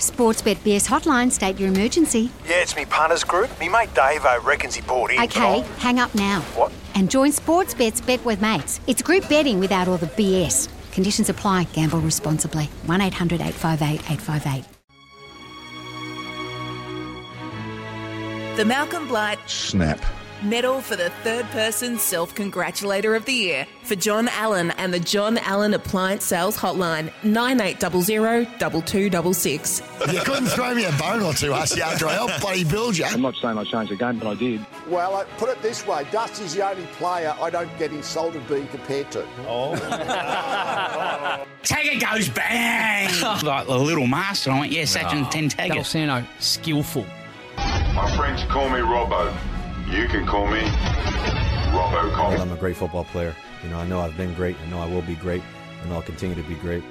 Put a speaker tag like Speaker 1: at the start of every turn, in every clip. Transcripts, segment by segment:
Speaker 1: Sportsbet BS hotline, state your emergency.
Speaker 2: Yeah, it's me partner's group. Me mate Dave I reckons he bought in.
Speaker 1: Okay,
Speaker 2: but
Speaker 1: hang up now.
Speaker 2: What?
Speaker 1: And join Sportsbet's Bet with Mates. It's group betting without all the BS. Conditions apply. Gamble responsibly. 1 800 858 858.
Speaker 3: The Malcolm Blight
Speaker 4: Snap.
Speaker 3: Medal for the Third Person Self Congratulator of the Year for John Allen and the John Allen Appliance Sales Hotline 9800 2266.
Speaker 5: You couldn't throw me a bone or two, Hussey, after I helped bloody build you.
Speaker 6: I'm not saying I changed the game, but I did.
Speaker 7: Well, I put it this way Dusty's the only player I don't get insulted being compared to.
Speaker 8: Tagger goes bang! like the little master. I went, yeah, Sachin Ten Tagger.
Speaker 9: Gelsano, skillful.
Speaker 10: My friends call me Robbo. You can call me Robbo
Speaker 6: I'm a great football player. You know, I know I've been great. I know I will be great, and I'll continue to be great.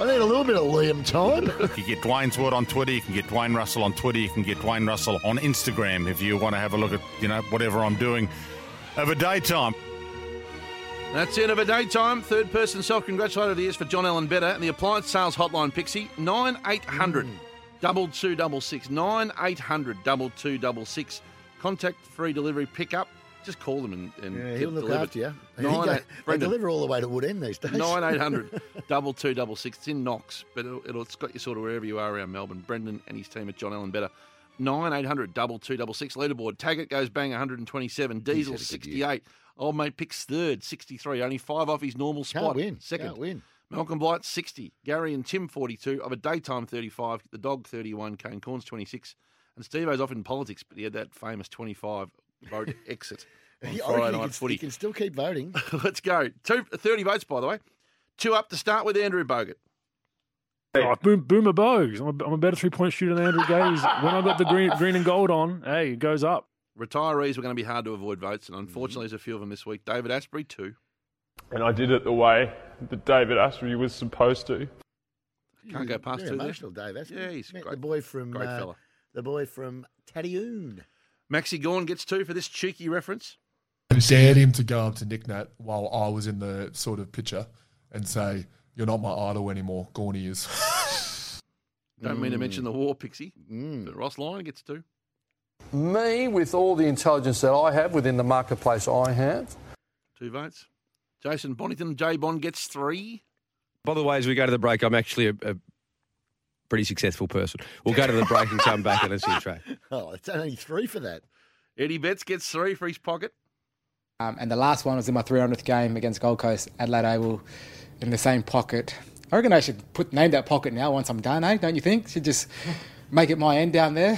Speaker 5: I need a little bit of Liam time.
Speaker 10: You get Dwayne's word on Twitter. You can get Dwayne Russell on Twitter. You can get Dwayne Russell on Instagram if you want to have a look at you know whatever I'm doing over daytime.
Speaker 11: That's it of a daytime. Third person self congratulator of the year is for John Allen Better and the appliance sales hotline Pixie 9800
Speaker 5: Hmm.
Speaker 11: double two double six 9800 double two double six. Contact free delivery pickup. Just call them and, and
Speaker 5: Yeah,
Speaker 11: get
Speaker 5: he'll look
Speaker 11: delivered.
Speaker 5: after you. He
Speaker 11: Nine,
Speaker 5: go-
Speaker 11: eight,
Speaker 5: they
Speaker 11: Brendan,
Speaker 5: deliver all the way to Wood End these days.
Speaker 11: nine eight hundred double two double six. It's in Knox, but it'll, it'll it's got you sort of wherever you are around Melbourne. Brendan and his team at John Allen Better. Nine eight hundred double two double six leaderboard. Taggart goes bang one hundred and twenty seven. Diesel sixty eight. Old mate picks third sixty three. Only five off his normal
Speaker 5: Can't
Speaker 11: spot.
Speaker 5: win.
Speaker 11: 2nd
Speaker 5: Can't win.
Speaker 11: Malcolm Blight, 60. Gary and Tim, 42. Of a daytime, 35. The dog, 31. Kane Corns, 26. And Steve O's off in politics, but he had that famous 25 vote exit on
Speaker 5: He, I
Speaker 11: Friday
Speaker 5: reckon he
Speaker 11: night
Speaker 5: can, he
Speaker 11: footy.
Speaker 5: can still keep voting.
Speaker 11: Let's go. Two, 30 votes, by the way. Two up to start with Andrew Bogut.
Speaker 9: Oh, boom, Boomer Bogues. I'm a, I'm a better three point shooter than Andrew Gaze. when I got the green, green and gold on, hey, it goes up.
Speaker 11: Retirees were going to be hard to avoid votes, and unfortunately,
Speaker 5: Mm-hmm.
Speaker 11: there's a few of them this week. David Asprey, two.
Speaker 10: And I did it the way that David Asprey was supposed to.
Speaker 11: Can't go past
Speaker 5: Very
Speaker 11: two there.
Speaker 5: emotional, Dave. That's
Speaker 11: Yeah, he's a
Speaker 5: met
Speaker 11: great-
Speaker 5: the boy from
Speaker 11: great
Speaker 5: uh,
Speaker 11: fella.
Speaker 5: the boy from Tadioon.
Speaker 11: Maxi Gorn gets two for this cheeky reference.
Speaker 10: dared him to go up to Nick Nat while I was in the sort of picture and say, You're not my idol anymore. Gorny is.
Speaker 11: Don't mean to mention the
Speaker 5: Mm.
Speaker 11: war, Pixie. But Ross Lyon gets two.
Speaker 7: Me, with all the intelligence that I have within the marketplace I have,
Speaker 11: Two votes. Jason Bonington, J Bond gets three.
Speaker 6: By the way, as we go to the break, I'm actually a, a pretty successful person. We'll go to the break and come back and it's your track.
Speaker 5: Oh, it's only three for that.
Speaker 11: Eddie Betts gets three for his pocket.
Speaker 8: Um, and the last one was in my 300th game against Gold Coast, Adelaide Oval, in the same pocket. I reckon I should put name that pocket now once I'm done, eh? Don't you think? Should just make it my end down there.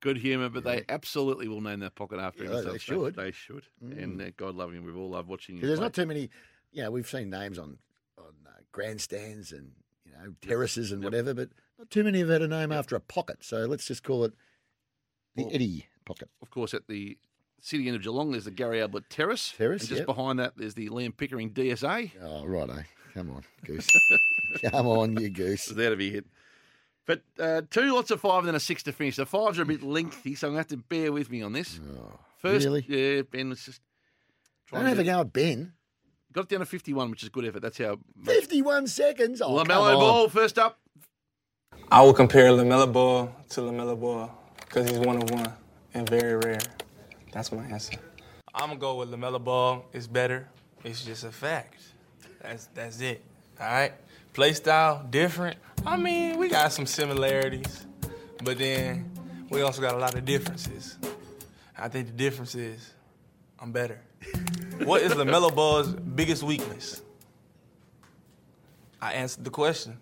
Speaker 11: Good humour, but they absolutely will name that pocket after
Speaker 5: Yeah,
Speaker 11: him. at
Speaker 5: they
Speaker 11: some
Speaker 5: should.
Speaker 11: stage.
Speaker 5: Mm.
Speaker 11: They should. And uh, God loving him, we've all loved watching him.
Speaker 5: 'Cause there's
Speaker 11: play.
Speaker 5: not too many. You know, we've seen names on on uh, grandstands and you know terraces and whatever, but not too many have had a name after a pocket. So let's just call it the Eddie pocket.
Speaker 11: of course, at the city end of Geelong, there's the Gary Ablett Terrace.
Speaker 5: Terrace,
Speaker 11: And just
Speaker 5: yep.
Speaker 11: behind that, there's the Liam Pickering DSA.
Speaker 5: Oh, right, eh? Come on, goose. Come on, you goose.
Speaker 11: So that'll be hit. But uh, two lots of five and then a six to finish. The fives are a bit lengthy, so I'm going to have to bear with me on this. First,
Speaker 5: Oh, really?
Speaker 11: yeah, Ben was just
Speaker 5: I
Speaker 11: trying
Speaker 5: don't
Speaker 11: to
Speaker 5: have a
Speaker 11: get-
Speaker 5: go at Ben.
Speaker 11: got it down to 51, which is good effort. That's how.
Speaker 5: Fifty-one seconds. Oh, come
Speaker 11: Lamello
Speaker 5: on.
Speaker 11: Ball first up.
Speaker 8: I will compare Lamella Ball to Lamella Ball because he's one of one and very rare. That's my answer. I'm gonna go with Lamella Ball. It's better. It's just a fact. That's that's it. All right. Play style different. I mean, we got some similarities, but then we also got a lot of differences. I think the difference is I'm better. what is Lamella Ball's biggest weakness? I answered the question.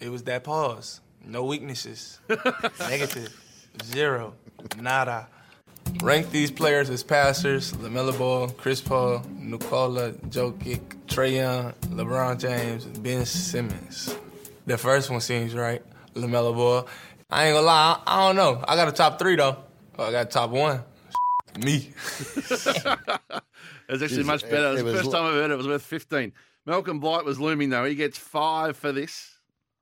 Speaker 8: It was that pause. No weaknesses. Negative. Zero. Nada. Rank these players as passers LaMelo Ball, Chris Paul, Nikola Jokic, Trey Young, LeBron James, Ben Simmons. The first one seems right.
Speaker 12: LaMelo Ball. I ain't gonna lie, I, I don't know. I got a top three, though. Oh, I got a top one. Me.
Speaker 8: It's actually much better. It was the first time I've heard it. It was worth 15. Malcolm Blight was looming, though. He gets five for this.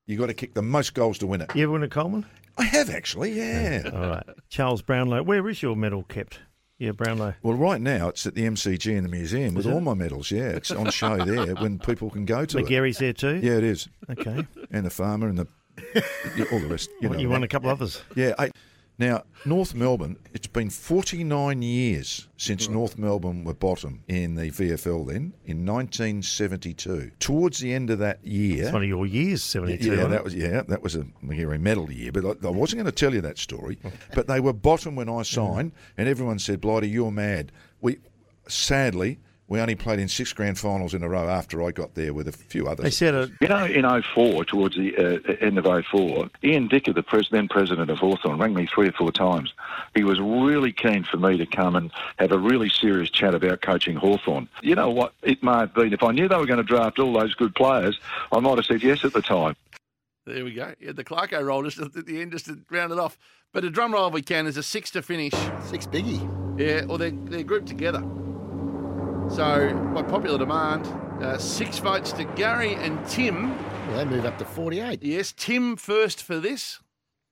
Speaker 11: you got to kick the most goals to win it.
Speaker 10: You ever win a Coleman?
Speaker 11: I have actually, yeah.
Speaker 10: All right. Charles Brownlow, where is your medal kept? Yeah, Brownlow.
Speaker 11: Well, right now it's at the MCG in the museum with
Speaker 10: Is it?
Speaker 11: all my medals. Yeah, it's on show there when people can go to it.
Speaker 10: McGarry's there too?
Speaker 11: Yeah, it is.
Speaker 10: Okay.
Speaker 11: And the farmer and the yeah, all the rest. You,
Speaker 10: Well,
Speaker 11: know
Speaker 10: you won
Speaker 11: that.
Speaker 10: a couple others.
Speaker 11: Yeah. I, now, North Melbourne, it's been 49 years since North Melbourne were bottom in the VFL then, in 1972. Towards the end of that year.
Speaker 10: It's one of your years, 72.
Speaker 11: Yeah,
Speaker 10: wasn't
Speaker 11: that
Speaker 10: it?
Speaker 11: was yeah, that was a McGarry medal year. But I, I wasn't going to tell you that story. But they were bottom when I signed, and everyone said, "Blighty, you're mad." We, sadly, we only played in six grand finals in a row after I got there with a few others.
Speaker 10: They said it.
Speaker 13: You know, in 04, towards the uh, end of 04, Ian Dicker, the pres- then president of Hawthorn, rang me three or four times. He was really keen for me to come and have a really serious chat about coaching Hawthorn. You know what? It may have been, if I knew they were going to draft all those good players, I might have said yes at the time.
Speaker 8: There we go. Yeah, the Clarko roll just at the end, just to round it off. But a drum roll if we can is a six to finish. Six biggie. Yeah, or they're, they're grouped together. So, by popular demand, uh, six votes to Gary and Tim. Well, they move up to 48. Yes, Tim first for this.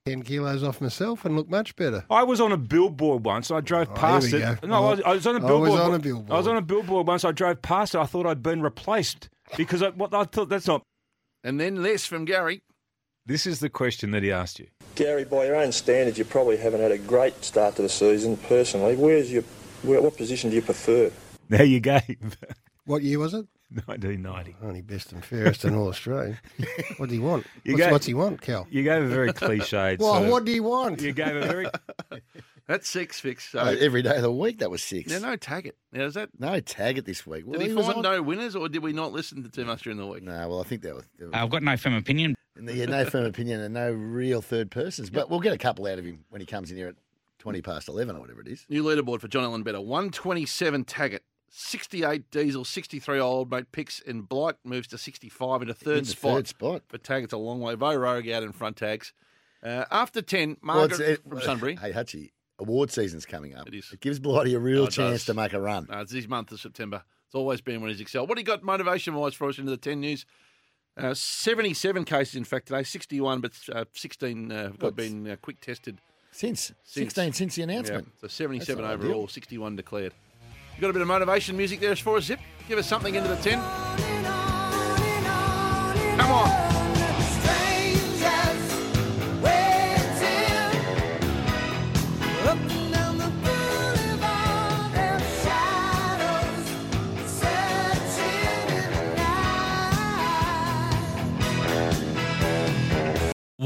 Speaker 14: 10 kilos off myself and look much better.
Speaker 15: I was on a billboard once. I
Speaker 5: Oh,
Speaker 15: drove
Speaker 14: here
Speaker 15: past
Speaker 14: we
Speaker 15: it.
Speaker 14: go.
Speaker 15: No, I was, I was on a
Speaker 14: I was
Speaker 15: billboard.
Speaker 14: on a
Speaker 15: I was on a billboard once. I drove past it. I thought I'd been replaced because I, what I thought that's not.
Speaker 8: And then this from Gary.
Speaker 15: This is the question that he asked you.
Speaker 6: Gary, by your own standards, you probably haven't had a great start to the season personally. Where's your, where, what position do you prefer?
Speaker 15: There you go.
Speaker 14: What year was it?
Speaker 15: 1990.
Speaker 14: Only best and fairest in all Australia. What do you want?
Speaker 15: You
Speaker 14: what's,
Speaker 15: go-
Speaker 14: what's he want, Cal?
Speaker 15: You gave a very cliched.
Speaker 14: Well,
Speaker 15: sort of-
Speaker 14: what do you want?
Speaker 15: You gave a very.
Speaker 8: That's six, Fix. So.
Speaker 5: Uh, every day of the week, that was six.
Speaker 8: Now, no tag it. Now, is that.
Speaker 5: No tag it this week.
Speaker 8: Did he, find no winners, or did we not listen to too much during the week?
Speaker 5: No, well, I think that was.
Speaker 16: Uh, I've got no firm opinion.
Speaker 5: Yeah, no firm opinion and no real third persons. But we'll get a couple out of him when he comes in here at 20 past 11 or whatever it is.
Speaker 8: New leaderboard for John Allen Better 127 Taggart, 68 Diesel, 63 Old Mate Picks, and Blight moves to 65 in a third
Speaker 5: Into
Speaker 8: spot.
Speaker 5: third spot.
Speaker 8: For Taggart's a long way. Vo Rogue out in front tags. Uh, after 10,
Speaker 5: Well, it's-
Speaker 8: Margaret
Speaker 5: it-
Speaker 8: from Sunbury.
Speaker 5: Hey, Hutchie, award season's coming up.
Speaker 8: It is.
Speaker 5: It gives Blighty a real
Speaker 8: Oh, it
Speaker 5: chance
Speaker 8: does.
Speaker 5: to make a run.
Speaker 8: No, Uh, it's this month of September. It's always been when he's excelled. What he got motivation wise for us into the 10 news? Uh, 77 cases, in fact, today, 61, but uh, 16 uh, have got been uh, quick tested.
Speaker 5: Since, 16 since the announcement.
Speaker 8: Yeah, so 77
Speaker 5: That's not
Speaker 8: overall,
Speaker 5: ideal.
Speaker 8: 61 declared. You got a bit of motivation music there for us, Zip? Give us something into the 10. Come on.